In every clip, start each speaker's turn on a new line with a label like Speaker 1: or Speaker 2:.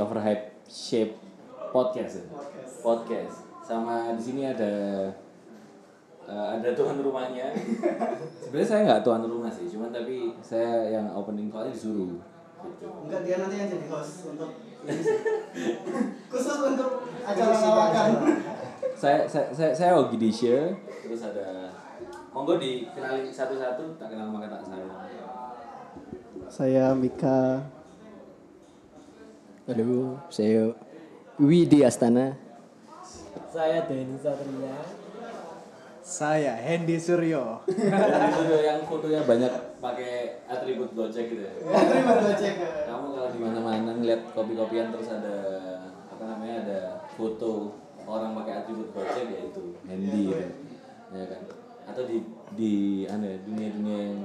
Speaker 1: overhype shape podcast ya?
Speaker 2: Podcast.
Speaker 1: podcast sama di sini ada eh, ada tuan rumahnya sebenarnya saya nggak tuan rumah sih cuman tapi saya yang opening call disuruh gitu.
Speaker 2: Enggak dia nanti yang jadi host untuk ini sih. khusus untuk acara lawakan.
Speaker 1: saya saya saya, saya Ogi Disha terus ada monggo dikenalin satu-satu tak kenal maka tak sayang
Speaker 3: Saya Mika. Aduh, saya Widi Astana.
Speaker 4: Saya Denny Satria.
Speaker 5: Saya Hendy Suryo.
Speaker 1: Dan itu tuh yang fotonya banyak pakai atribut gojek gitu ya
Speaker 2: Ya, Terima kasih.
Speaker 1: kamu kalau di mana-mana ngeliat kopi-kopian terus ada apa namanya ada foto orang pakai atribut gojek ya itu handy gitu ya kan atau di di anu ya, dunia-dunia yang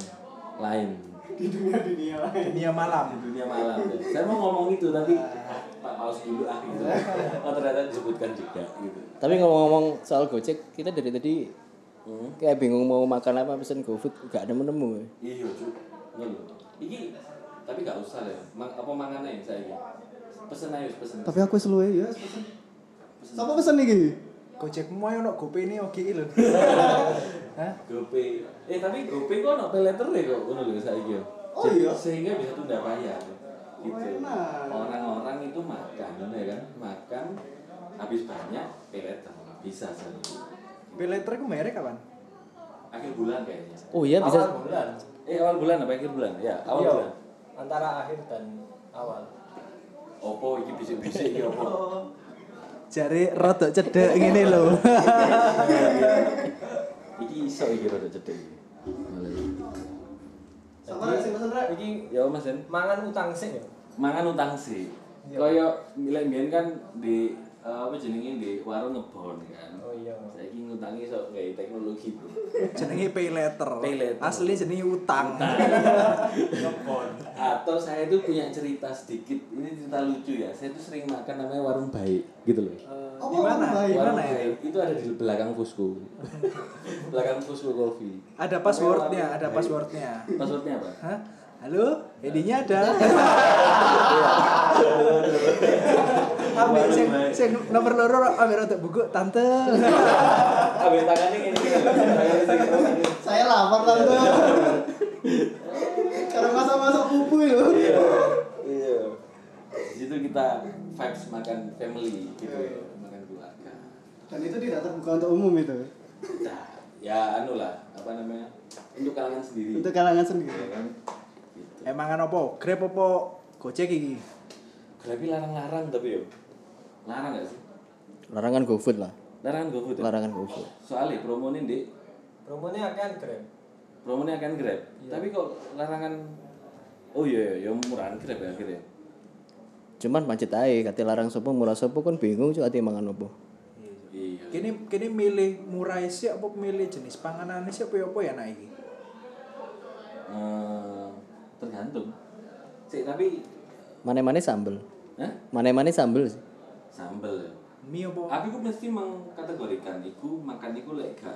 Speaker 1: lain
Speaker 2: Di dunia dunia lain.
Speaker 5: Dunia malam.
Speaker 1: dunia malam ya. saya mau ngomong itu tapi pak paus dulu ah gitu oh ternyata disebutkan juga gitu
Speaker 3: Tapi ngomong-ngomong soal Gojek, kita dari tadi hmm, kayak bingung mau makan apa pesen GoFood gak nemu-nemu.
Speaker 1: iya cu ngono iki tapi gak usah ya Mang, apa mangan aja saya ini pesen ayo pesen
Speaker 5: Tapi aku seluwe ya.
Speaker 2: Siapa pesan iki?
Speaker 5: Gojekmu ayo nok GoPay ini oke lho. Hah?
Speaker 1: GoPay. Eh tapi GoPay kok ono pay letter kok ngono lho saiki yo.
Speaker 2: Oh iya?
Speaker 1: Sehingga bisa tunda bayar. Gitu.
Speaker 2: enak.
Speaker 1: Orang-orang itu makan ya kan, makan habis banyak pay letter bisa sekali.
Speaker 5: Pay letter ku merek kapan?
Speaker 1: Akhir bulan kayaknya.
Speaker 3: Oh iya bisa.
Speaker 4: Awal bulan.
Speaker 1: Eh awal bulan apa akhir bulan? Ya, awal
Speaker 4: Iya.
Speaker 1: bulan.
Speaker 4: Antara akhir dan awal.
Speaker 1: Opo iki bisik-bisik iki opo?
Speaker 5: Jari rodok cedek ngene lho.
Speaker 1: Iki iso iki rada cedek iki.
Speaker 2: Siapa yang sih pesan
Speaker 1: Eh,
Speaker 2: Rek?
Speaker 4: Iki
Speaker 1: Ya Mas Den,
Speaker 4: mangan utang sih ya.
Speaker 1: mangan utang sih.
Speaker 4: Iya.
Speaker 1: Kaya milih mbiyen kan di eh, apa jenenge di warung ngebon kan.
Speaker 4: Oh iya.
Speaker 1: Saya ingin ngutangi sok nggak teknologi bro.
Speaker 5: Jenenge pay letter.
Speaker 1: Pay letter.
Speaker 5: Asli jenenge utang.
Speaker 1: Atau saya itu punya cerita sedikit. Ini cerita lucu ya. Saya itu sering makan namanya warung baik gitu loh.
Speaker 2: Apa
Speaker 5: Di mana?
Speaker 2: orang baik?
Speaker 5: Di
Speaker 1: warung
Speaker 5: Oh, mana ya?
Speaker 1: baik itu ada di belakang pusku. belakang pusku kopi.
Speaker 5: Ada passwordnya, ada
Speaker 1: Iya.
Speaker 5: passwordnya.
Speaker 1: Passwordnya apa?
Speaker 5: Hah? Halo, Hendinya ada.
Speaker 1: Iya.
Speaker 5: Ambil sing, sing nomor loro ambil rodok buku tante.
Speaker 1: Abis tangannya gini. gini. Tangannya gini, tangannya.
Speaker 2: Saya lapar tante. Karena masa-masa pupu itu.
Speaker 1: Iya. Di situ kita vibes makan family gitu, makan keluarga.
Speaker 2: Dan itu tidak terbuka untuk umum itu.
Speaker 1: Nah, ya anu lah apa namanya untuk kalangan sendiri
Speaker 2: Untuk kalangan
Speaker 1: ya
Speaker 2: sendiri.
Speaker 1: kan gitu
Speaker 5: Emangan opo? Eh, Grab opo? Gojek iki.
Speaker 1: Grabi larang-larang tapi yo larang gak sih
Speaker 3: Larangan GoFood lah.
Speaker 1: larangan GoFood ya?
Speaker 3: Larangan GoFood.
Speaker 1: soalnya promonya di
Speaker 4: Promone akan Grab. Iya.
Speaker 1: promonya akan Grab tapi kok larangan oh iya iya ya murahan Grab ya akhirnya
Speaker 3: Cuman pancet ae, kate larang sopo murah sopo kan bingung cuy ati mangan opo.
Speaker 1: iya
Speaker 5: Kini kini milih murah sih apa milih jenis panganan sih apa apa ya nah iki.
Speaker 1: Eh, tergantung sih tapi
Speaker 3: Mane-mane sambel.
Speaker 1: Hah?
Speaker 3: Mane-mane sambel sih.
Speaker 1: sambel ya
Speaker 5: Mie apa?
Speaker 1: aku ku mesti mengkategorikan iku makan iku lek gak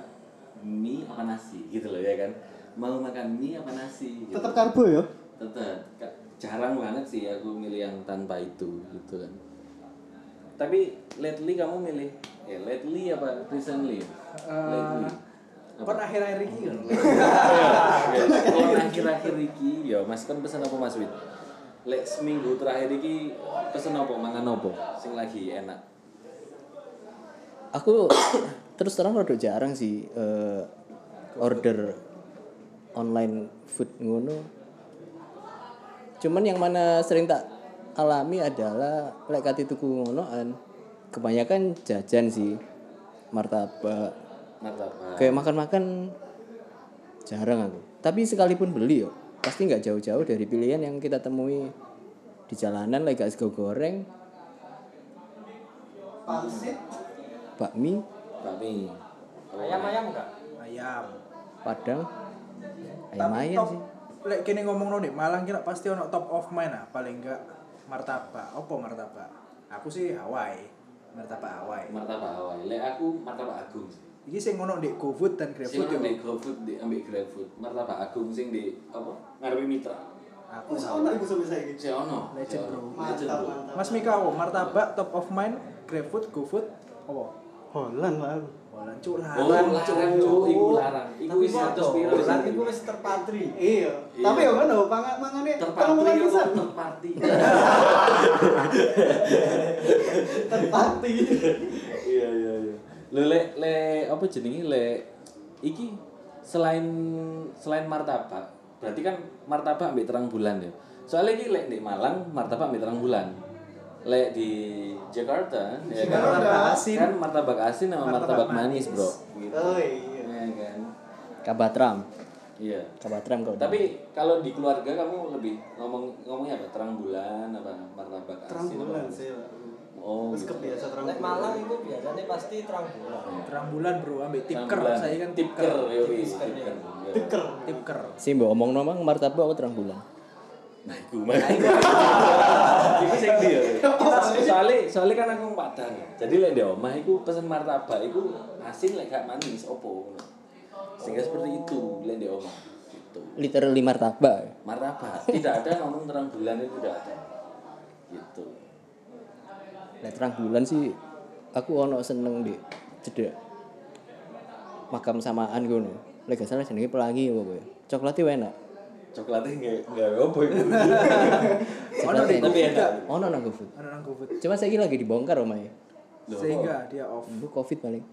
Speaker 1: mie apa nasi gitu loh ya kan mau makan mie apa nasi gitu.
Speaker 2: Tetap karbo ya.
Speaker 1: tetap Ka- jarang banget sih aku milih yang tanpa itu gitu kan tapi lately kamu milih eh lately apa recently lately
Speaker 5: Kan akhir-akhir ini kan.
Speaker 1: kalau akhir-akhir iki ya mas kan pesan apa mas Wid lek seminggu terakhir iki pesan apa mangan apa sing lagi enak
Speaker 3: Aku terus terang rada jarang sih eh, order online food ngono. Cuman yang mana sering tak alami adalah lek kati tuku ngonoan kebanyakan jajan sih martabak
Speaker 1: martabak
Speaker 3: kayak makan-makan jarang aku tapi sekalipun beli yo pasti nggak jauh-jauh dari pilihan yang kita temui di jalanan like sego goreng
Speaker 2: Pangsit.
Speaker 3: bakmi
Speaker 1: tapi
Speaker 4: Ayam-ayam enggak?
Speaker 5: Ayam.
Speaker 3: padang ayam ayam sih
Speaker 5: Lek kini ngomong nih Malang kira pasti ono top of mind ah paling enggak martabak. Apa martabak? Aku sih Hawaii. Martabak Hawaii.
Speaker 1: martabak Hawaii lek aku martabak agung sih
Speaker 5: Iki sing ngono di GoFood dan
Speaker 1: sing
Speaker 5: GrabFood yo.
Speaker 1: ambil GoFood di ambil GrabFood martabak agung sing di apa ngarepe mitra
Speaker 5: Aku
Speaker 2: Oh, seono iku sampe saiki.
Speaker 1: Si ono.
Speaker 5: Legend,
Speaker 1: Si ono.
Speaker 5: bro.
Speaker 1: Legend,
Speaker 2: Mantap,
Speaker 1: bro.
Speaker 2: mantap.
Speaker 5: Mas Mika apa? Martabak top of mind, GrabFood, GoFood, apa?
Speaker 2: Holland lah. aku.
Speaker 5: Walan cuk
Speaker 1: Oh,
Speaker 5: larang
Speaker 1: larang,
Speaker 5: cuk.
Speaker 1: cuk. Iku larang. Iku
Speaker 4: Tapi
Speaker 1: wis 100
Speaker 4: foto,
Speaker 1: piro sih.
Speaker 4: berarti gue wis terpatri.
Speaker 2: Iya.
Speaker 1: Iya. ya,
Speaker 2: Tapi ya ngono, pangan mangane telung
Speaker 1: Terpati
Speaker 2: bulan
Speaker 1: aku
Speaker 2: pisan.
Speaker 1: terpati.
Speaker 2: Terpati.
Speaker 1: Iya iya iya. Lho le le apa jenenge le iki selain selain martabak, berarti kan martabak ambek terang bulan ya. Soalnya iki lek di Malang martabak ambek terang bulan. Lek di Jakarta ya kan
Speaker 2: Jakarta.
Speaker 1: martabak asin, kan martabak asin sama martabak,
Speaker 5: Martabak
Speaker 1: manis, Bro.
Speaker 2: Oh iya.
Speaker 1: Iya kan.
Speaker 3: Kabatram.
Speaker 1: Iya.
Speaker 3: Kabatram kau.
Speaker 1: Tapi kalau di keluarga kamu lebih ngomong ngomongnya apa? Terang bulan apa martabak
Speaker 2: Terang
Speaker 1: asin? apa?
Speaker 2: bulan sih. Pak.
Speaker 1: Oh,
Speaker 2: Terus
Speaker 1: gitu.
Speaker 2: kebiasa terang
Speaker 4: Nek
Speaker 2: bulan.
Speaker 4: Malang itu biasanya pasti terang bulan.
Speaker 5: Terang bulan bro, ambil
Speaker 1: Terang
Speaker 5: tipker,
Speaker 1: bulan.
Speaker 5: saya kan
Speaker 1: tipker,
Speaker 5: tipker,
Speaker 1: yo wis
Speaker 4: Tipker,
Speaker 1: tipker. Yo.
Speaker 2: Deker.
Speaker 5: tipker.
Speaker 3: Si mbok omong nomang martabak apa terang bulan?
Speaker 1: Nah, iku mah. Iku sing ndi ya? Soale soale kan aku wong Padang. ya. Jadi lek di omah iku pesen martabak iku asin lek gak manis opo. Sehingga seperti itu lek di omah. Gitu.
Speaker 3: Literally martabak.
Speaker 1: Martabak tidak ada ngomong terang bulan itu tidak ada. Gitu.
Speaker 3: Nah, terang bulan sih aku ono seneng di cedek makam samaan ngono. Lek gak salah jenenge pelangi apa kowe. Coklatnya enak.
Speaker 1: Coklatnya nggak nggak opo iku.
Speaker 5: Ono deh,
Speaker 1: Tapi enak.
Speaker 3: Ono nang GoFood.
Speaker 5: Ono nang GoFood.
Speaker 3: Cuma saya lagi dibongkar omahe.
Speaker 5: Sehingga dia off.
Speaker 1: Hmm.
Speaker 3: Lu Covid paling.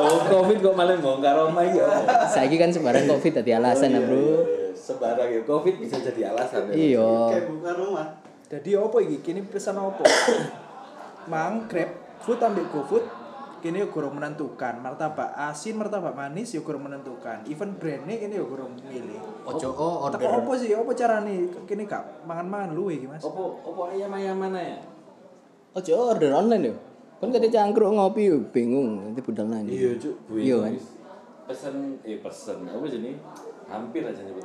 Speaker 1: Loh, Covid kok malah bongkar omah iki. apa?
Speaker 3: Saiki kan sembarang Covid dadi alasan lah,
Speaker 1: Iya,
Speaker 3: Bro.
Speaker 1: iya. Sembarang ya Covid bisa jadi alasan ya.
Speaker 3: Iya.
Speaker 2: Kayak buka rumah.
Speaker 5: Jadi apa iki? Kini pesan apa? Mang GrabFood ambil GoFood, kini yo kurang menentukan. Martabak asin, martabak manis yo kurang menentukan. Even brandnya kini yo kurang milih.
Speaker 3: Ojo oh,
Speaker 5: Tapi apa sih? Apa carane? Kini kak mangan-mangan luwe iki mas.
Speaker 1: Opo opo ayam-ayam mana ya?
Speaker 3: Ojo order online yo. Kan kate cangkruk ngopi yo bingung nanti budal nanti.
Speaker 1: Iya cuk, gue
Speaker 3: Iya kan.
Speaker 1: wis pesen eh pesen apa jenis? Hampir aja nyebut.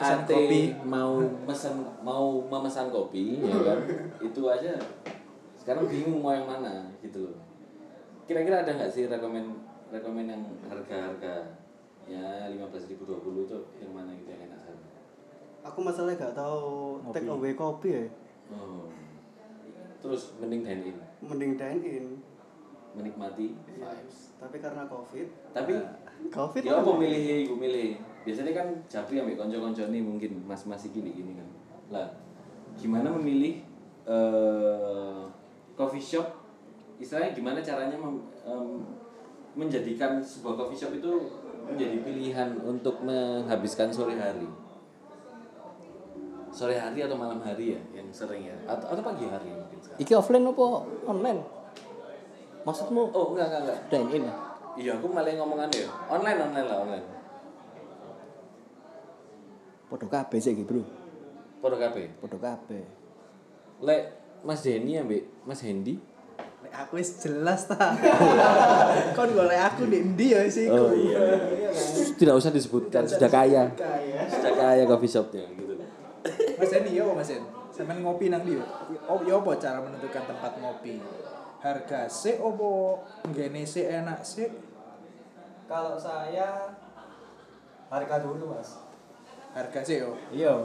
Speaker 1: Ate
Speaker 5: kopi.
Speaker 1: mau pesan mau memesan kopi ya kan. Itu aja. Sekarang bingung mau yang mana gitu loh. Kira-kira ada nggak sih rekomen rekomen yang harga-harga ya 15.000 20 itu yang mana gitu yang enak harga?
Speaker 2: Aku masalahnya gak tahu take away kopi ya.
Speaker 1: Oh. Terus mending dine in,
Speaker 2: Mending dine in.
Speaker 1: menikmati vibes.
Speaker 2: Tapi karena covid. Iya.
Speaker 1: Tapi
Speaker 2: Covid
Speaker 1: ya
Speaker 2: lah.
Speaker 1: apa milih ibu milih? Biasanya kan Japri ambil konco-konco nih mungkin mas masih gini gini kan. Lah gimana memilih eh coffee shop? Istilahnya gimana caranya mem- em, menjadikan sebuah coffee shop itu menjadi pilihan untuk menghabiskan sore hari? Sore hari atau malam hari ya yang sering ya? Atau, atau pagi hari mungkin sekarang?
Speaker 3: Iki offline apa online? Maksudmu
Speaker 1: Oh enggak enggak enggak.
Speaker 3: dine in?
Speaker 1: Iya aku malah ngomongan ya. Online online lah online.
Speaker 3: Podo kabeh sih iki, Bro.
Speaker 1: Podo kabeh.
Speaker 3: Podo kabeh.
Speaker 1: Lek Mas Denny ambek Mas Hendy.
Speaker 5: Lek aku wis jelas ta. Kon golek aku di ndi ya sih. kan?
Speaker 1: Oh iya. Tidak usah disebutkan sudah kaya.
Speaker 2: Kayak.
Speaker 1: Sudah kaya coffee shopnya gitu loh.
Speaker 5: Mas Eni ya apa Mas Eni? Sampeyan ngopi nang ndi? Oh ya apa cara menentukan tempat ngopi? Harga sih opo nggene sih enak sih?
Speaker 4: Kalau saya harga dulu mas.
Speaker 5: Harga sih yo.
Speaker 4: Iya.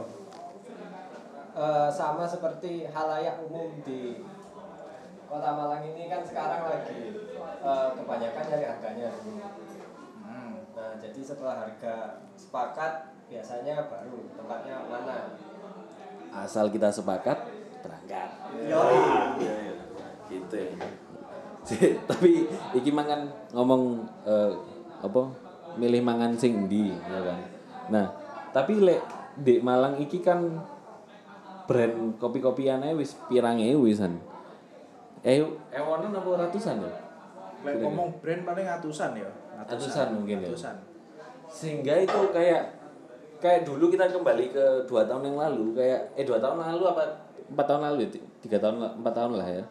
Speaker 4: Eh, sama seperti halayak umum di Kota Malang ini kan sekarang lagi eh, kebanyakan dari harganya dulu.
Speaker 5: Hmm.
Speaker 4: Nah, jadi setelah harga sepakat biasanya baru tempatnya mana.
Speaker 1: Asal kita sepakat berangkat.
Speaker 2: Yoi.
Speaker 1: Iya iya. Gitu ya. Si, Tapi iki mangan ngomong eh, apa? Milih mangan sing endi ya kan. Nah, tapi lek di Malang iki kan brand kopi-kopiannya wis pirang wisan. Eh, ewonan apa ratusan ya?
Speaker 5: Lek ngomong brand paling atusan ya.
Speaker 1: Atusan mungkin ya.
Speaker 5: Atusan.
Speaker 1: sehingga itu kayak kayak dulu kita kembali ke dua tahun yang lalu kayak eh dua tahun lalu apa empat tahun lalu ya? Ti- tiga tahun la- empat tahun lah ya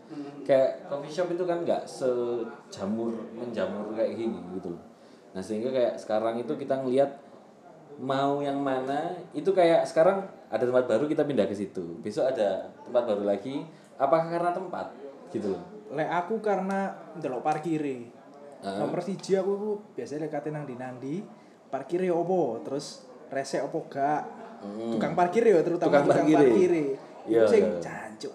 Speaker 1: kayak coffee shop itu kan nggak sejamur menjamur kayak gini gitu loh nah sehingga kayak sekarang itu kita ngelihat mau yang mana itu kayak sekarang ada tempat baru kita pindah ke situ besok ada tempat baru lagi apakah karena tempat gitu loh
Speaker 5: Lek aku karena ndelok parkire.
Speaker 1: Ah.
Speaker 5: Nomor siji aku ku biasanya lek kate nang ndi nang ndi, parkire opo, terus resek apa gak tukang parkir ya terutama
Speaker 1: Hmm. Tukang
Speaker 5: tukang,
Speaker 1: parkir.
Speaker 5: parkir,
Speaker 1: Iya,
Speaker 5: itu sing
Speaker 1: iya.
Speaker 5: jancuk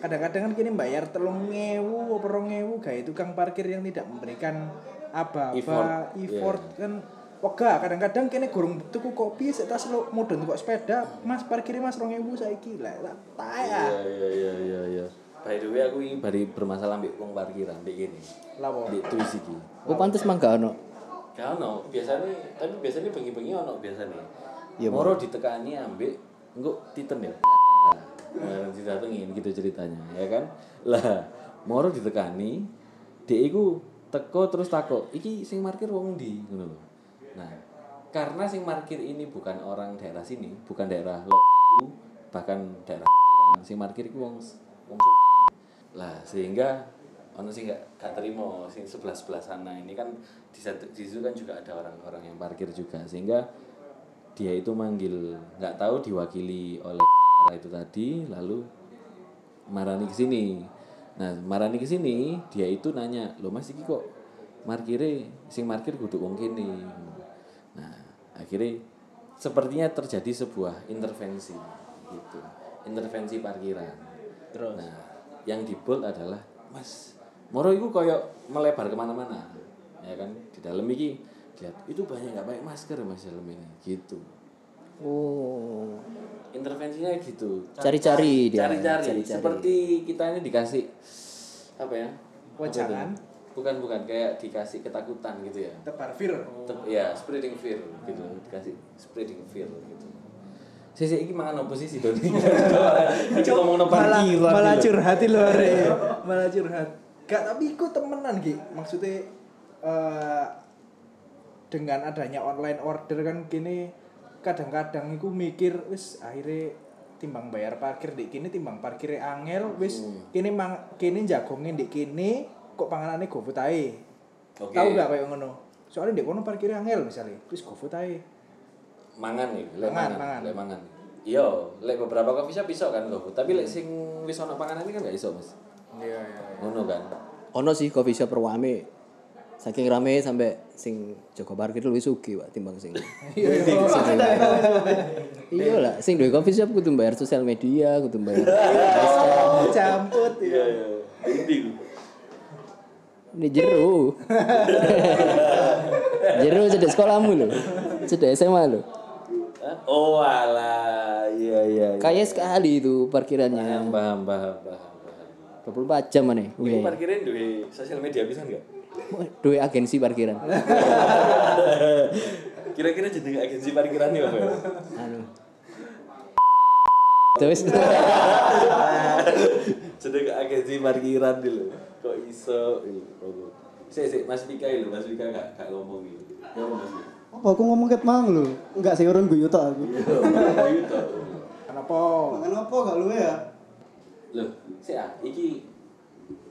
Speaker 5: kadang-kadang kan kini bayar telung ngewu apa rong ngewu gaya tukang parkir yang tidak memberikan apa-apa
Speaker 1: Effort. Iya.
Speaker 5: effort, kan Wega kadang-kadang kene gorong tuku kopi sik tas lo modon kok sepeda mas parkir mas rong ewu saiki lah lah tae
Speaker 1: Iya
Speaker 5: ah.
Speaker 1: iya iya iya iya. By the way aku ini bari bermasalah ambek wong parkiran mbek kene.
Speaker 5: lawo
Speaker 1: Mbek tuis iki.
Speaker 3: Oh pantes mangga ono.
Speaker 1: Gak ono, biasanya tapi biasanya bengi-bengi ono biasanya.
Speaker 3: Iya, Bang.
Speaker 1: Moro ditekani ambek engko titen ya. Nah, didatengin gitu ceritanya, ya kan? Lah, moro ditekani, dia iku teko terus takok, iki sing parkir wong ndi ngono lho. Nah, karena sing parkir ini bukan orang daerah sini, bukan daerah lo bahkan daerah sing parkir iku wong wong lah sehingga ono sih nggak nggak terima sing sebelah sebelah sana ini kan di satu di situ kan juga ada orang-orang yang parkir juga sehingga dia itu manggil nggak tahu diwakili oleh itu tadi lalu marani ke sini nah marani ke sini dia itu nanya lo mas iki kok markire sing markir kudu wong kene nah akhirnya sepertinya terjadi sebuah intervensi gitu intervensi parkiran
Speaker 3: Terus?
Speaker 1: Nah, yang di bold adalah Mas Moro itu koyok melebar kemana-mana, ya kan? Di dalam iki lihat itu banyak nggak pakai masker mas dalam ini, gitu.
Speaker 3: Oh.
Speaker 1: Intervensinya gitu.
Speaker 3: Cari-cari dia.
Speaker 1: Cari-cari. Seperti kita ini dikasih apa ya?
Speaker 5: Wajangan.
Speaker 1: Apa itu? Bukan bukan kayak dikasih ketakutan gitu ya.
Speaker 5: tebar vir
Speaker 1: Tep- ya spreading fear gitu, dikasih spreading fear gitu. Sisi iki mangan oposisi dong. Iki ngomong
Speaker 5: malah,
Speaker 1: parkiran.
Speaker 5: malah
Speaker 1: gitu.
Speaker 5: curhat lho Re. malah curhat gak tapi iku temenan Ki maksudnya eh, dengan adanya online order kan gini kadang-kadang iku mikir wis akhirnya timbang bayar parkir di kini timbang parkirnya angel wis
Speaker 1: Hmm.
Speaker 5: kini mang kini jagongin di kini kok panganannya gofood ae
Speaker 1: Oke.
Speaker 5: tahu gak kayak ngono soalnya di kono parkirnya angel misalnya wis gofood ae
Speaker 1: mangan nih, lek
Speaker 5: Mangan,
Speaker 1: mangan,
Speaker 5: mangan.
Speaker 1: lek mangan. Iya, lek beberapa coffee shop iso kan go. Tapi lek sing wis ono panganan ini kan gak iso, Mas.
Speaker 5: iya iya
Speaker 1: Ngono kan.
Speaker 3: Ono sih coffee shop perwame. Saking rame sampai sing Joko Parkir luwih sugih Pak timbang sing. Iya lah, sing duwe coffee shop kudu bayar sosial media, kudu bayar.
Speaker 5: oh campur
Speaker 1: Iya, iya. Ini
Speaker 3: Ini jeru. jeru cedek sekolahmu lho. Cedek SMA lho.
Speaker 1: Oh, alah. Iya, iya. iya.
Speaker 3: Kayak sekali itu parkirannya.
Speaker 1: paham, paham, paham, paham. paham.
Speaker 3: 24 jam aneh.
Speaker 1: Ini
Speaker 5: Iya.
Speaker 3: Wih.
Speaker 1: parkirin duwe sosial media bisa enggak?
Speaker 3: Duwe agensi parkiran.
Speaker 1: Kira-kira jadi agensi parkiran ya, Pak?
Speaker 3: Anu. Terus
Speaker 1: Jadi ke agensi parkiran dulu. gitu. Kok iso? Iya, kok. Sik, sik, Mas Vika lho, Mas Vika gak gak ngomong gitu. Ya, Mas Vika.
Speaker 2: Apa aku ngomong ket mang lho? Enggak sih urun guyu tok aku.
Speaker 1: Iya, Mas Vika.
Speaker 5: kenapa
Speaker 2: Makan apa gak luwe ya?
Speaker 1: Loh, sik ah, iki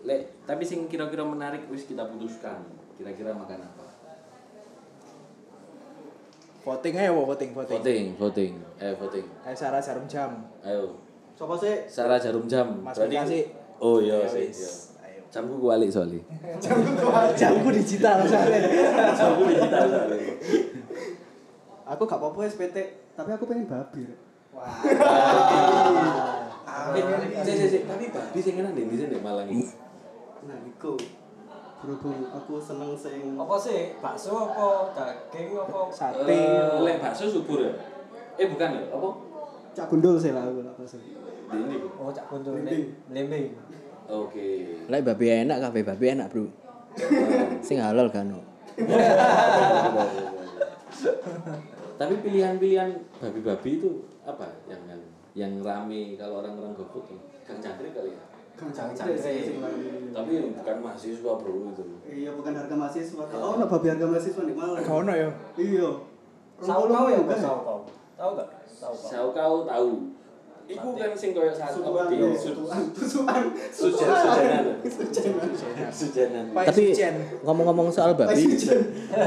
Speaker 1: lek tapi sing kira-kira menarik wis kita putuskan. Kira-kira makan apa?
Speaker 5: voting aja wo voting voting
Speaker 1: Voting, voting. Eh, voting.
Speaker 5: ayo Sarah jarum jam
Speaker 1: Ayo.
Speaker 2: Sopo sih?
Speaker 1: Sarah jarum jam.
Speaker 5: Mas
Speaker 1: Berarti-
Speaker 5: Vika sih.
Speaker 1: Oh iya,
Speaker 5: Ya,
Speaker 1: sih.
Speaker 5: wis.
Speaker 1: iya.
Speaker 5: Ayo.
Speaker 1: Jamku kualik soalnya.
Speaker 5: jamku digital soalnya
Speaker 1: Jamku digital soalnya.
Speaker 2: Aku gak apa-apa SPT, tapi aku pengen babi. Rek.
Speaker 1: Eh, sik, sik, sik, tapi babi sing enak di sini malah iki.
Speaker 2: Nah, iku berhubung aku seneng sing
Speaker 1: Oh.
Speaker 4: Apa sih? Bakso apa daging apa?
Speaker 5: sate
Speaker 1: Eh, lek bakso subur ya? Eh, bukan ya? Apa?
Speaker 2: cak gundul sih lah aku lah pasti.
Speaker 1: Di ini. Bu.
Speaker 4: Oh, cak buntu ini. Limbing.
Speaker 1: Oke.
Speaker 3: lek babi enak kabeh babi enak, Bro. Sing halal kan. no.
Speaker 1: Tapi pilihan-pilihan babi-babi itu apa ya? yang yang, yang rame kalau orang-orang gabut tuh? Kang Cangkrik kali ya.
Speaker 4: Jangan
Speaker 2: Sing
Speaker 4: cangkrik.
Speaker 2: babi.
Speaker 1: Tapi bukan mahasiswa bro itu.
Speaker 2: Iya bukan harga mahasiswa. Kalau ono babi harga mahasiswa nih malah.
Speaker 5: Gak ono ya
Speaker 2: Iya.
Speaker 4: Tahu kau ya,
Speaker 2: Bukan.
Speaker 4: tahu kau. Tahu enggak? Tahu kau.
Speaker 1: Saya kau tahu. Iku kan sing koyo satu
Speaker 2: Sutuan,
Speaker 1: di
Speaker 2: Rek.
Speaker 1: sud-
Speaker 2: sutuan, sutuan,
Speaker 1: sujan sujanan. Sujanan.
Speaker 5: Pak
Speaker 3: Tapi
Speaker 5: Sujen.
Speaker 3: ngomong-ngomong soal babi,
Speaker 2: Sujan.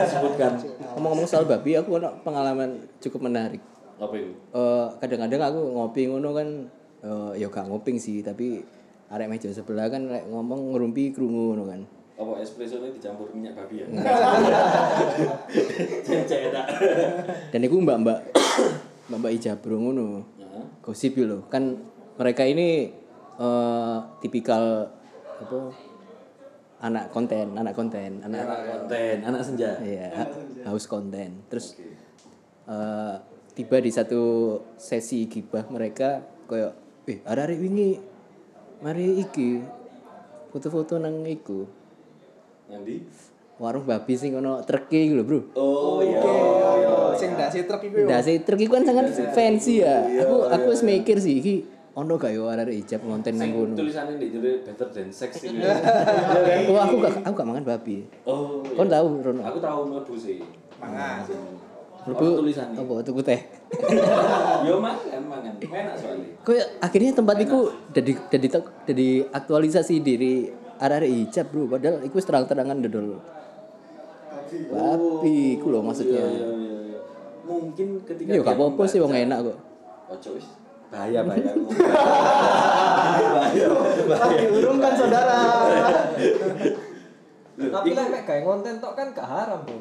Speaker 1: Sebutkan.
Speaker 3: ngomong-ngomong soal babi aku ono pengalaman cukup menarik.
Speaker 1: Apa itu?
Speaker 3: Eh, kadang-kadang aku ngopi ngono kan eh, ya gak ngoping sih, tapi arek meja sebelah kan lek ngomong ngerumpi krungu ngono kan.
Speaker 1: Apa espresso ini dicampur minyak babi ya? Jangan enak.
Speaker 3: Dan iku mbak-mbak Mbak Ijabro ngono.
Speaker 1: Heeh.
Speaker 3: Gosip yo lho. Kan mereka ini eh, tipikal apa anak konten, anak konten, anak
Speaker 1: anak konten anak senja
Speaker 3: Iya, ha- haus konten. Terus eh, tiba di satu sesi gibah mereka koyo eh hari-hari wingi mari iki foto-foto nang iku
Speaker 1: yang di
Speaker 3: warung babi sing ono treki iku lho, Bro.
Speaker 1: oh iya
Speaker 5: Sing dasi truk iku.
Speaker 3: Ndak sih, treki kan sangat fancy
Speaker 1: Iya,
Speaker 3: ya. Aku aku wis mikir sih iki ono gak yo arek ijab ngonten nang
Speaker 1: Sing
Speaker 3: kono.
Speaker 1: tulisannya di judul better than sex ini
Speaker 3: Oh, aku gak aku gak mangan babi.
Speaker 1: oh
Speaker 3: Kon
Speaker 1: iya.
Speaker 3: tahu Rono.
Speaker 1: aku tahu mlebu sih
Speaker 5: Mangan.
Speaker 1: Apa
Speaker 3: Mlebu
Speaker 1: tulisannya?
Speaker 3: apa tuku teh.
Speaker 1: yo mangan mangan enak soalnya
Speaker 3: Kayak akhirnya tempat iku dadi dadi tek- dadi aktualisasi diri arek ijab, Bro. Padahal iku wis terang-terangan dodol. Babi iku lho
Speaker 1: Oh, iya
Speaker 3: maksudnya.
Speaker 1: iya iya iya. mungkin ketika
Speaker 3: Yo
Speaker 1: dia
Speaker 3: gak apa-apa sih wong
Speaker 1: membaca-
Speaker 3: enak kok.
Speaker 1: ojo wis bahaya bahaya
Speaker 2: Telah diurungkan saudara.
Speaker 4: Tapi lah mek gawe konten tok kan gak haram, Bu.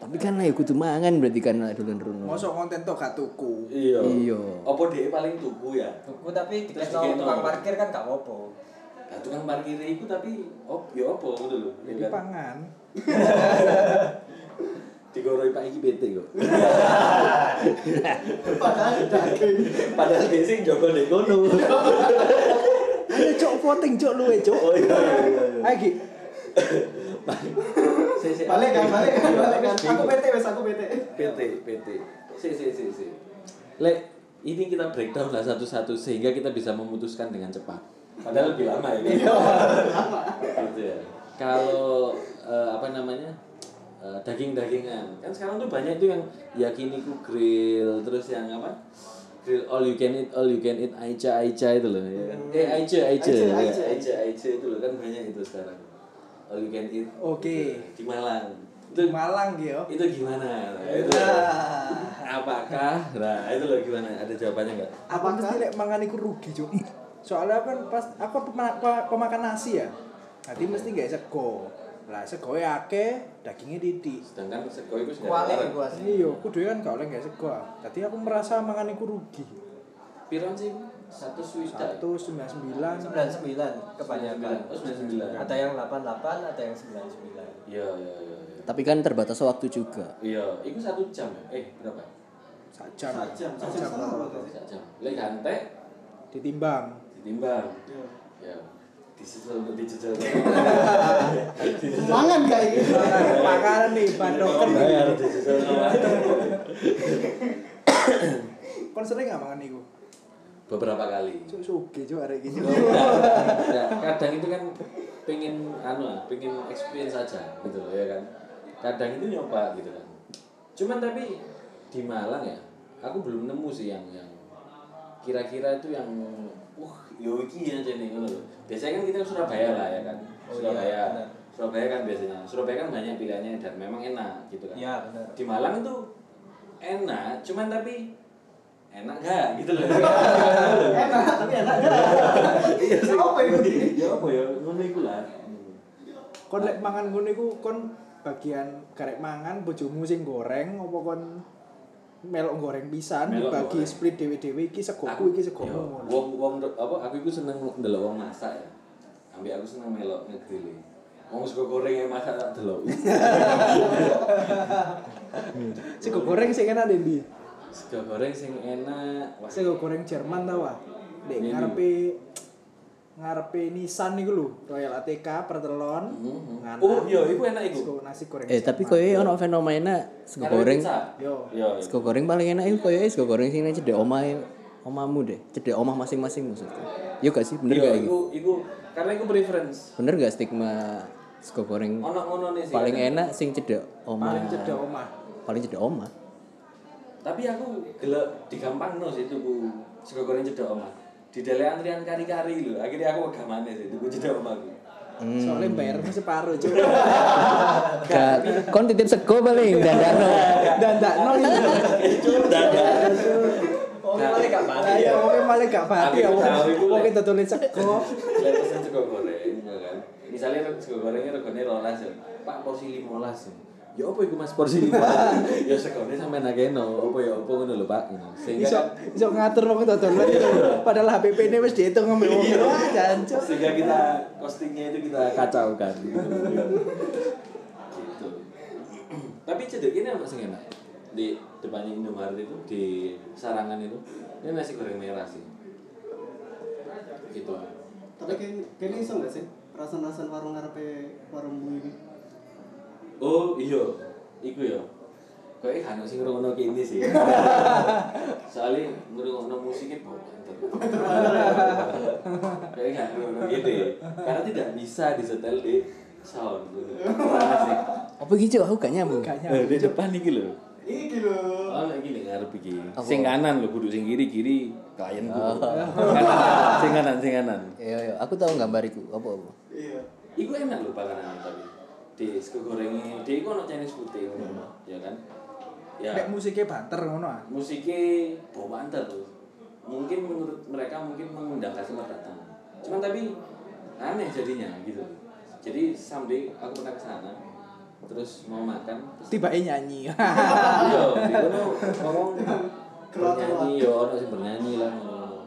Speaker 3: Tapi kan ayo kudu mangan berarti kan lah dulun Rono.
Speaker 5: Mosok konten tok gak tuku.
Speaker 1: iya
Speaker 3: Iya.
Speaker 1: apa dia paling tuku ya
Speaker 4: Tuku tapi
Speaker 1: Terus
Speaker 4: dikasih
Speaker 1: dikekno.
Speaker 4: tukang parkir kan gak apa-apa.
Speaker 1: nah, tukang parkir itu tapi op yo apa ngono lho
Speaker 5: Jadi
Speaker 1: Ya kan?
Speaker 5: pangan.
Speaker 1: digoroi pak iki bete kok
Speaker 2: Padahal daging.
Speaker 1: padahal dia sing jago nek ngono
Speaker 5: Ayo cok voting cok luwe cok.
Speaker 1: oh iya iya iya
Speaker 5: Ayo Ki.
Speaker 1: Si, si,
Speaker 2: Balik kan, balik kan, balik kan. Aku
Speaker 1: Bingung.
Speaker 2: PT wes, aku PT.
Speaker 1: PT, PT. Iya, Si, si, si, si. Lek, ini kita breakdown lah satu-satu sehingga kita bisa memutuskan dengan cepat. Padahal lebih lama ya. Iya, Gitu ya. Kalau eh, apa namanya? eh, daging-dagingan. Kan sekarang tuh banyak tuh yang yakiniku grill, terus yang apa? Grill all you can eat, all you can eat, Aicha Aicha itu loh ya kan. Eh Aicha Aicha,
Speaker 2: Aicha,
Speaker 1: ya,
Speaker 2: Aicha.
Speaker 1: Aicha Aicha itu loh kan banyak itu sekarang. All you can eat.
Speaker 5: Oke.
Speaker 1: Di Malang. Itu
Speaker 5: Malang Ki yo.
Speaker 1: itu gimana? Nah, itu.
Speaker 5: Nah.
Speaker 1: Apakah? Nah, itu loh gimana? Ada jawabannya nggak?
Speaker 5: Aku mesti lek mangan iku rugi cok. Soalnya kan pas aku pema- pe- pemakan nasi ya. Nanti mesti gak sego. Lah sego ya akeh, dagingnya titik.
Speaker 1: Sedangkan sego itu sudah
Speaker 4: Kuali
Speaker 1: larang.
Speaker 4: gua sih.
Speaker 5: Iya, aku dhewe kan gak oleh gak sego. Tadi aku merasa mangan iku rugi.
Speaker 1: Piron sih satu swida.
Speaker 5: 199
Speaker 4: 99 kebanyakan.
Speaker 1: Oh, 99.
Speaker 4: Ada yang 88, ada yang 99.
Speaker 1: Iya, iya, iya. iya.
Speaker 3: Tapi kan terbatas waktu juga.
Speaker 1: Iya, itu satu jam. ya? Eh, berapa?
Speaker 5: sak jam.
Speaker 2: Sak jam, sak jam setengah berarti.
Speaker 1: Satu jam. Lek gantek
Speaker 5: Ditimbang.
Speaker 1: ditimbang.
Speaker 2: Iya.
Speaker 1: Ya. Dijejel dijejel.
Speaker 2: Mangan gak ini?
Speaker 5: Makanan nih, bandoken.
Speaker 1: Bayar dijejel sama.
Speaker 5: Kon sering gak mangan iku?
Speaker 1: Beberapa kali.
Speaker 5: Cuk suge cuk arek iki.
Speaker 1: Nah, kadang itu kan pengen anu ah, pengen experience aja gitu loh ya kan kadang itu nyoba gitu kan cuman tapi di Malang ya aku belum nemu sih yang yang kira-kira itu yang uh yo iki aja nih ngono loh biasanya kan kita ke Surabaya lah ya kan
Speaker 4: Oh, iya,
Speaker 1: Surabaya
Speaker 4: benar.
Speaker 1: Surabaya kan biasanya Surabaya kan banyak pilihannya dan memang enak gitu kan
Speaker 4: Iya, benar.
Speaker 1: di Malang itu enak cuman tapi enak gak gitu loh
Speaker 2: Enak, tapi enak gak?
Speaker 1: iya sih.
Speaker 2: Apa ini?
Speaker 1: ya apa ya ngono iku lah
Speaker 5: Kon lek mangan ngono iku kon bagian karek mangan bojomu sing goreng apa kon melok goreng pisan
Speaker 1: Melok
Speaker 5: bagi
Speaker 1: goreng.
Speaker 5: split dhewe-dhewe iki segoku iki segomu ngono.
Speaker 1: wong wong apa aku iku seneng ndelok wong masak ya ambil aku seneng melok ngegrill wong sego goreng yang masak tak delok
Speaker 5: Sego goreng sing enak ndi?
Speaker 1: sego goreng sing enak wah
Speaker 5: Sego goreng Jerman tau ah. Dek
Speaker 1: Ini.
Speaker 5: ngarepe ngarepe Nissan niku lho, Royal ATK pertelon. nganan.
Speaker 1: oh iya iku enak iku
Speaker 5: Sego nasi goreng.
Speaker 3: Eh tapi
Speaker 5: Jerman.
Speaker 3: koyo ono fenomena sego
Speaker 1: Karena
Speaker 3: goreng.
Speaker 1: pizza.
Speaker 5: Yo.
Speaker 1: iya iya.
Speaker 3: Sego goreng paling enak itu koyo sego goreng sing nang cedek omahe omamu deh, cedek omah masing-masing maksudku. Yo gak sih, bener
Speaker 1: iya
Speaker 3: gak iki?
Speaker 1: iku iku karena iku preference
Speaker 3: Bener gak stigma sego goreng
Speaker 1: ono ngono nih sih
Speaker 3: paling
Speaker 1: kadang.
Speaker 3: enak sing cedek omah.
Speaker 5: Paling cedek omah.
Speaker 3: Paling cedek omah.
Speaker 1: tapi aku gelek digampang no sih tuku sego goreng cedok omah di dalam antrian kari-kari lho akhirnya aku gamane sih tuku cedok omah aku
Speaker 3: Hmm.
Speaker 5: Soalnya bayar masih paruh cuy.
Speaker 3: Gak, kon titip sego
Speaker 1: Iya.
Speaker 3: paling dandano.
Speaker 5: Dan tak nol itu.
Speaker 1: itu dadah
Speaker 4: Oh, kali gak
Speaker 5: Lah
Speaker 4: balik.
Speaker 5: ya wong malah gak pati ya
Speaker 1: Aku
Speaker 5: wong.
Speaker 1: tahu iku,
Speaker 5: Wong
Speaker 1: Lek.
Speaker 5: itu tulis sego.
Speaker 1: Lah pesen sego goreng ya kan. Misalnya sego gorengnya regane 12 ya. Pak porsi 15 ya. Ya opo iku Mas porsi iki? ya sekone sampean nakeno, opo ya opo ngono lho Pak. Ngono. Sehingga
Speaker 5: Iso iso ngatur wong dodolan itu. Padahal HPP ini wis dihitung ngombe wong.
Speaker 1: Iya.
Speaker 5: Wah, jancuk.
Speaker 1: sehingga kita costingnya itu kita kacaukan gitu. Gitu. tapi cedek ini apa sih yang enak di depannya Indomaret itu di sarangan itu ini nasi goreng merah sih gitu
Speaker 2: Tapi kayaknya kayaknya iso nggak sih? Rasan-rasan warung ngarepe warung bu ini.
Speaker 1: oh iya iku ya kayaknya kan sih ngerungokno kini sih soalnya ngerungokno musiknya bau kayaknya kan ngerungokno kini karena tidak bisa disetel di sound gitu. Parah sih.
Speaker 3: Apa gitu aku gak nyambung.
Speaker 1: Eh, di depan iki lho
Speaker 2: Iki loh.
Speaker 1: Oh, lagi nih ngarep iki.
Speaker 3: Apa?
Speaker 1: Sing kanan lho kudu sing kiri kiri klien kudu. Kanan, sing kanan sing kanan.
Speaker 3: Iya, iya, aku tahu gambar itu. Apa apa?
Speaker 2: Iya.
Speaker 1: Iku enak lho panganan tapi. Di sego gorengnya, di iku ono Chinese putih ngono, ya kan? Ya.
Speaker 5: Nek musiknya banter ngono ah.
Speaker 1: musiknya bawaan terus mungkin menurut mereka mungkin mengundang customer datang cuman tapi aneh jadinya gitu jadi someday aku pernah ke sana terus mau makan terus
Speaker 5: Tiba nyanyi.
Speaker 1: yo di kono ngomong bernyanyi yo orang sih bernyanyi lah ngomong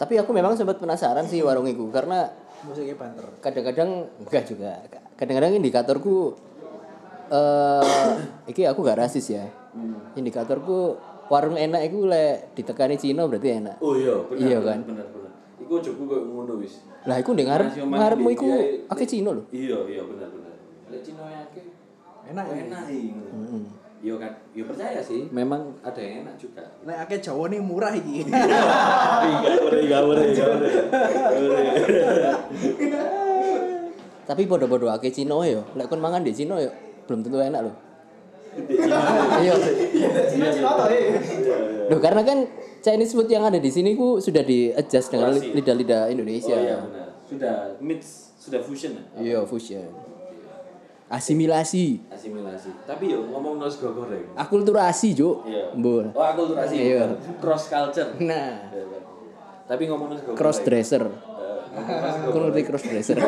Speaker 3: Tapi aku memang sempat penasaran sih warung itu karena
Speaker 5: musiknya banter.
Speaker 3: kadang-kadang enggak juga. Kadang-kadang indikatorku eh iki aku gak rasis ya.
Speaker 1: Hmm.
Speaker 3: Indikatorku warung enak itu lek ditekani Cina berarti enak.
Speaker 1: oh iya benar
Speaker 3: Iya
Speaker 1: benar,
Speaker 3: kan?
Speaker 1: benar benar iku ojoku koyo ngono wis
Speaker 3: Lah iku ndek ngarep
Speaker 1: Nasi oman
Speaker 3: ngarepmu
Speaker 1: di-
Speaker 3: iku
Speaker 1: dia-
Speaker 3: akeh Cina lho.
Speaker 1: iya iya benar benar lek Cina ya akeh
Speaker 5: Enak ya.
Speaker 1: enak ngono yo kan yo percaya sih memang ada yang enak juga
Speaker 5: Nek akeh Jawa nih murah iki.
Speaker 3: Tapi podo-podo akeh Cina yo. Lek kon mangan di Cina yo belum tentu enak lho. Iya.
Speaker 2: Cina-cina toh eh.
Speaker 3: Loh karena kan Chinese food yang ada di sini ku sudah di adjust dengan
Speaker 1: Kurasi.
Speaker 3: lidah-lidah
Speaker 1: Oh
Speaker 3: Indonesia.
Speaker 1: iya benar. Sudah mix, sudah fusion ya.
Speaker 3: Iya, fusion. Asimilasi,
Speaker 1: Asimilasi. Tapi yo ngomong nos go goreng.
Speaker 3: akulturasi, Juk.
Speaker 1: Iya.
Speaker 3: Mbul.
Speaker 1: Oh akulturasi.
Speaker 3: Iya.
Speaker 1: Cross culture.
Speaker 3: Nah,
Speaker 1: Iya, kan. Tapi ngomong nos go goreng.
Speaker 3: cross dresser.
Speaker 1: Eh, ngomong nos go
Speaker 3: Aku ngerti cross dresser.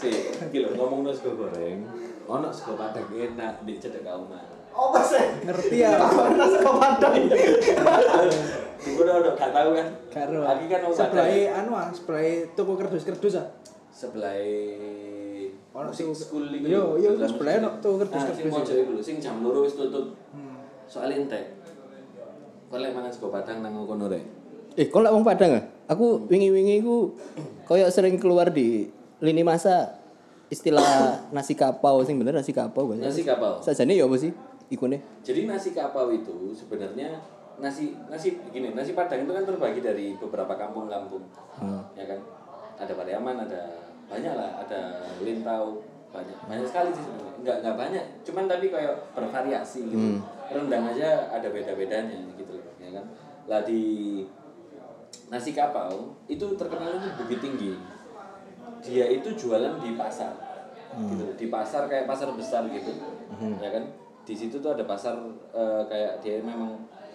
Speaker 1: Si, iki lho, ngomong nos go goreng. Ono sego padang enak di cedek kauman.
Speaker 2: Apa sih?
Speaker 5: Ngerti ya.
Speaker 1: Iya.
Speaker 2: Nasi kau padang.
Speaker 1: Iku udah udah gak tahu kan.
Speaker 5: Karo.
Speaker 1: Aki kan wong
Speaker 5: sebelah
Speaker 1: Padang.
Speaker 5: anu ah, sebelah toko kerdus-kerdus ah.
Speaker 1: sebelah
Speaker 5: Ono
Speaker 1: musik
Speaker 5: tuh-
Speaker 1: school iku.
Speaker 5: Yo, yo,
Speaker 1: Sebelah
Speaker 5: sebelah
Speaker 1: musik.
Speaker 5: ono tuh kertas-
Speaker 1: Ah,
Speaker 5: kertas
Speaker 1: sing
Speaker 5: iku.
Speaker 1: pojok iku lho, sing jam loro wis tutup. Soale entek. Kok lek mangan sego padang nang kono rek.
Speaker 3: eh, kok lek wong Padang ah? Aku wingi-wingi ku koyo sering keluar di lini masa istilah nasi kapau sing bener nasi kapau gak sih?
Speaker 1: Nasi kapau.
Speaker 3: Sajane ya apa sih ikune?
Speaker 1: Jadi nasi kapau itu sebenarnya nasi nasi gini, nasi padang itu kan terbagi dari beberapa kampung-kampung. Ya kan? Ada Pariaman, ada banyak lah, ada Lintau, banyak banyak sekali sih sebenarnya. Enggak enggak banyak, cuman tapi kayak bervariasi gitu. Rendang aja ada beda-bedanya gitu loh, ya kan? Lah di nasi kapau itu terkenalnya Bukit Tinggi. Dia itu jualan di pasar. Gitu, di pasar kayak pasar besar gitu. Ya kan? Di situ tuh ada pasar eh, kayak dia memang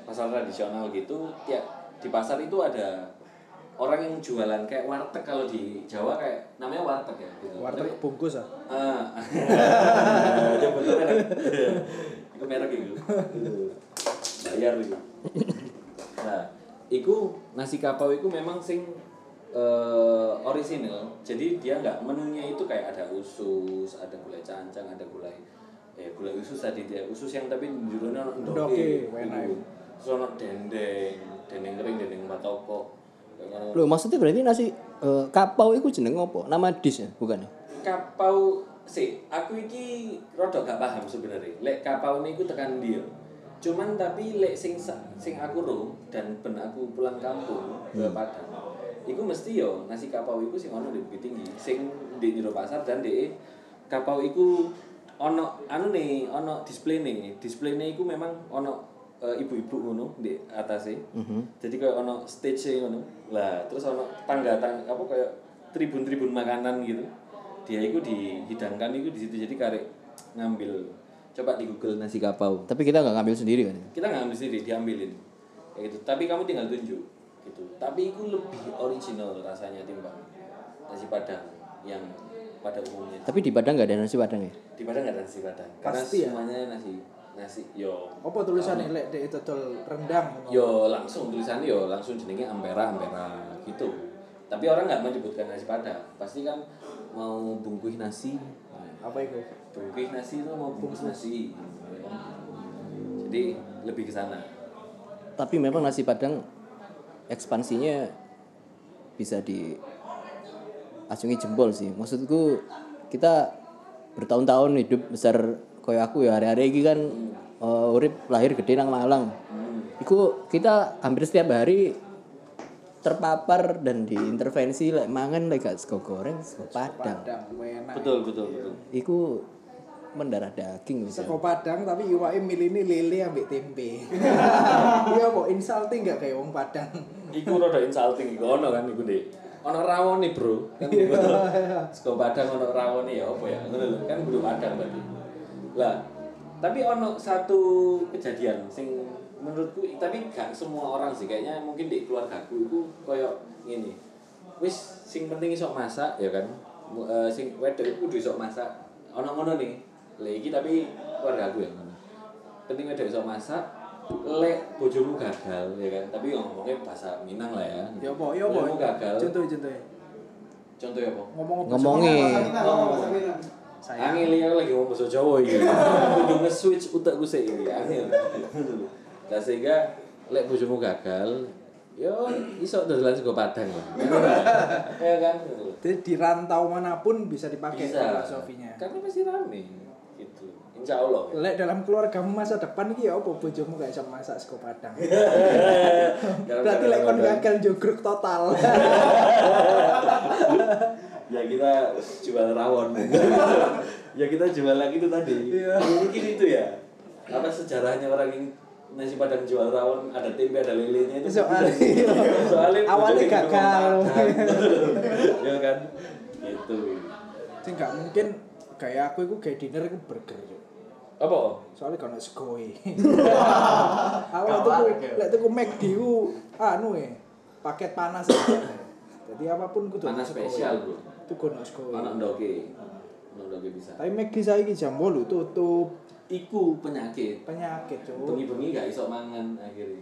Speaker 1: pasar tradisional gitu. Ya, di pasar itu ada orang yang jualan kayak warteg kalau di Jawa kayak namanya warteg ya gitu.
Speaker 5: Warteg
Speaker 1: Tapi-
Speaker 5: bungkus ah.
Speaker 1: Ah, dia betul merek. Iku merek iku. Bayar iku. Nah, iku nasi kapau iku memang sing eh, original. Jadi dia nggak menunya itu kayak ada usus, ada gulai cancang, ada gulai eh gulai usus tadi dia usus yang tapi jurune ono
Speaker 5: Ndoke, enak iku.
Speaker 1: Terus ono dendeng, dendeng kering, dendeng batoko. Kayak ngono.
Speaker 3: Loh, maksudnya berarti nasi eh, kapau iku jeneng apa? Nama dish ya, bukan ya?
Speaker 1: kapau sih aku iki rodok gak paham sebenarnya lek kapau ini aku tekan dia cuman tapi lek sing sa- sing aku roh dan ben aku pulang kampung ke Padang iku mesti yo nasi kapau iku sing ono di Bukit Tinggi sing di jero pasar dan di kapau iku ono anu nih ono display nih display nih iku memang ono eh, ibu-ibu ngono di atasnya jadi kayak ono stage ngono lah terus ono tangga tangga apa kayak tribun-tribun makanan gitu dia itu dihidangkan itu di situ jadi karek ngambil coba di Google nasi kapau
Speaker 3: Tapi kita nggak ngambil sendiri kan?
Speaker 1: kita nggak ngambil sendiri diambilin kayak gitu tapi kamu tinggal tunjuk gitu tapi itu lebih original rasanya timbang nasi padang yang pada umumnya
Speaker 3: Tapi di Padang nggak ada nasi Padang ya?
Speaker 1: di Padang nggak ada nasi padang karena
Speaker 5: Pasti ya.
Speaker 1: semuanya nasi nasi yo
Speaker 5: Apa tulisannya
Speaker 1: Iya.
Speaker 5: lek dek dodol rendang?
Speaker 1: yo langsung tulisannya yo langsung jenenge ampera ampera gitu tapi orang nggak menyebutkan nasi padang pasti kan mau bungkuh nasi
Speaker 5: Apa itu?
Speaker 1: bungkuh nasi itu mau bungkus nasi jadi lebih ke sana
Speaker 3: Tapi memang nasi Padang ekspansinya bisa di acungi jempol sih. Maksudku kita bertahun-tahun hidup besar koyo aku ya hari-hari ini kan eh, urip lahir gede nang Malang. Iku kita hampir setiap hari terpapar dan diintervensi lek mangan lek gak sego goreng sego padang.
Speaker 5: Padang, enak.
Speaker 1: betul betul betul
Speaker 3: Iku mendarah daging bisa.
Speaker 1: Iya.
Speaker 5: Seko Padang tapi iwake milihnya lele ambek tempe. Iya kok insulting gak kayak wong Padang.
Speaker 1: Iku rada insulting iku ono kan iku Dik. Ono rawone, Bro. Kan iku. Sego Padang ono rawone ya apa ya? Ngono lho, kan kudu Padang berarti. Lah, tapi ono satu kejadian sing menurutku tapi gak semua orang sih kayaknya mungkin di keluargaku iku koyo ngene. Wis sing penting iso masak ya kan. Mu- eh, sing wedok iku kudu iso masak. Ono ngono nih. Lah iki tapi keluargaku ya ngono. penting ada bisa masak lek bojomu gagal ya kan tapi ngomongnya bahasa Minang lah ya
Speaker 5: Ya apa? Ya apa?
Speaker 1: bojomu gagal
Speaker 5: Contoh contoh.
Speaker 1: contoh ya apa
Speaker 5: Ngomong apa?
Speaker 3: Ngomongin
Speaker 2: Kita ngomong bahasa Minang.
Speaker 5: Saya
Speaker 1: angel ya lagi ngomong bahasa Jawa ini kudu nge-switch utak gue sih ini angel nah sehingga lek bojomu gagal yo iso dodolan sego padang lah ya kan
Speaker 5: Jadi di rantau manapun bisa dipakai
Speaker 1: bisa
Speaker 5: filosofinya.
Speaker 1: karena pasti rame gitu insya Allah
Speaker 5: Lek dalam keluargamu masa depan iki ya apa bojomu gak iso masak sego Padang.
Speaker 1: Dalam
Speaker 5: Berarti lek kon
Speaker 1: keadaan-
Speaker 5: gagal jogruk total.
Speaker 1: ya kita jual rawon ya kita jual lagi itu tadi mungkin itu ya apa sejarahnya orang yang nasi padang jual rawon ada tempe ada lelenya itu
Speaker 5: Soalnya-
Speaker 1: soalnya
Speaker 5: awalnya
Speaker 1: bujuknya di rumah
Speaker 5: gagal.
Speaker 1: makan. ya kan gitu
Speaker 5: Sing gak mungkin kayak aku iku kayak dinner iku burger. Cuk.
Speaker 1: apa
Speaker 5: Soalnya kan sego. e. Aku lek tuku
Speaker 1: ya.
Speaker 5: lek tuku McD ku anu e, paket panas. Jadi apapun kudu
Speaker 1: Panas
Speaker 5: sego e.
Speaker 1: spesial, Bro.
Speaker 5: Tuku no sego. e.
Speaker 1: anak ndoke anak ndoke bisa
Speaker 5: Tapi McD saiki jam 8 tutup
Speaker 1: iku penyakit
Speaker 5: penyakit cuk.
Speaker 1: bengi-bengi gak iso mangan akhirnya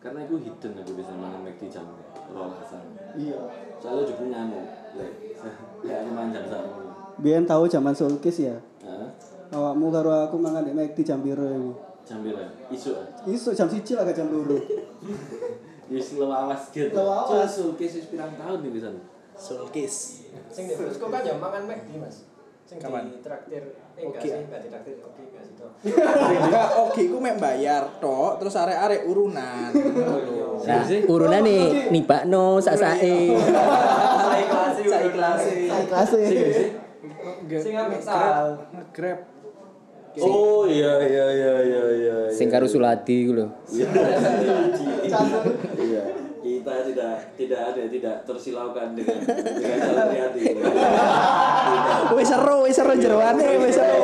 Speaker 1: karena iku hidden aku bisa mangan McD jam rolasan
Speaker 2: Iya.
Speaker 1: soalnya anu, juga nyamuk lek lek aku manjam anu sama
Speaker 6: Biyen tahu zaman sulkis ya.
Speaker 1: Hah?
Speaker 6: Awakmu karo aku mangan di McD jam piro iku?
Speaker 1: jam berapa isu ah
Speaker 6: Iso jam 1 lah gak jam 2.
Speaker 1: yes lawas gitu
Speaker 2: Lawas.
Speaker 1: Cuma sulkis wis pirang tahun nih bisa
Speaker 5: Sulkis.
Speaker 4: Sing di bosku kan ya mangan McD, Mas. Sing
Speaker 5: Kapan?
Speaker 4: di traktir, eh enggak
Speaker 5: Oke.
Speaker 4: sih, enggak di traktir, oke enggak sih toh.
Speaker 5: Enggak, oke, ku mek bayar tok, terus arek-arek urunan.
Speaker 3: Nah, urunan nih, nih Pak No, sasae.
Speaker 4: Saya kelas
Speaker 5: Saya kelas
Speaker 2: Saya kelas ya.
Speaker 4: Sing ambek sal.
Speaker 5: nge-grab.
Speaker 1: oh iya iya iya iya iya
Speaker 3: Sing karo Suladi gitu loh.
Speaker 1: Iya. iya kita tidak tidak ada tidak tersilaukan dengan dengan jalan hati
Speaker 5: Wis seru, wis seru jeroane, wis seru.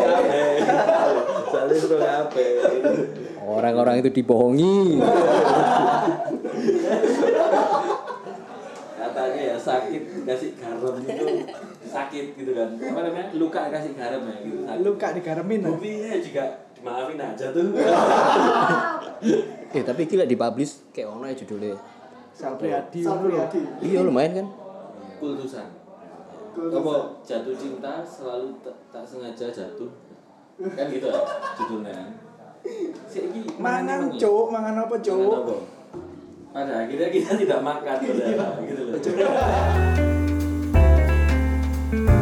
Speaker 1: soalnya itu apa ya?
Speaker 3: Orang-orang itu dibohongi.
Speaker 1: katanya ya sakit kasih garam itu sakit gitu kan apa namanya luka kasih garam ya gitu sakit.
Speaker 5: Lu kak digaremin. ah.
Speaker 1: buktinya juga dimaafin aja tuh
Speaker 3: Eh, tapi gila dipublish kayak ono ya judulnya.
Speaker 5: Sal Priadi.
Speaker 2: Sal Priadi.
Speaker 3: Iya lumayan kan?
Speaker 1: kultusan apa
Speaker 2: Kultusan.
Speaker 1: jatuh cinta selalu tak, tak sengaja jatuh kan gitu ya judulnya Saiki
Speaker 5: Mangan
Speaker 1: mangan
Speaker 5: cuk, mangan apa
Speaker 1: Mangan
Speaker 5: cuk?
Speaker 1: apa? pada akhirnya kita tidak makan saudara gitu loh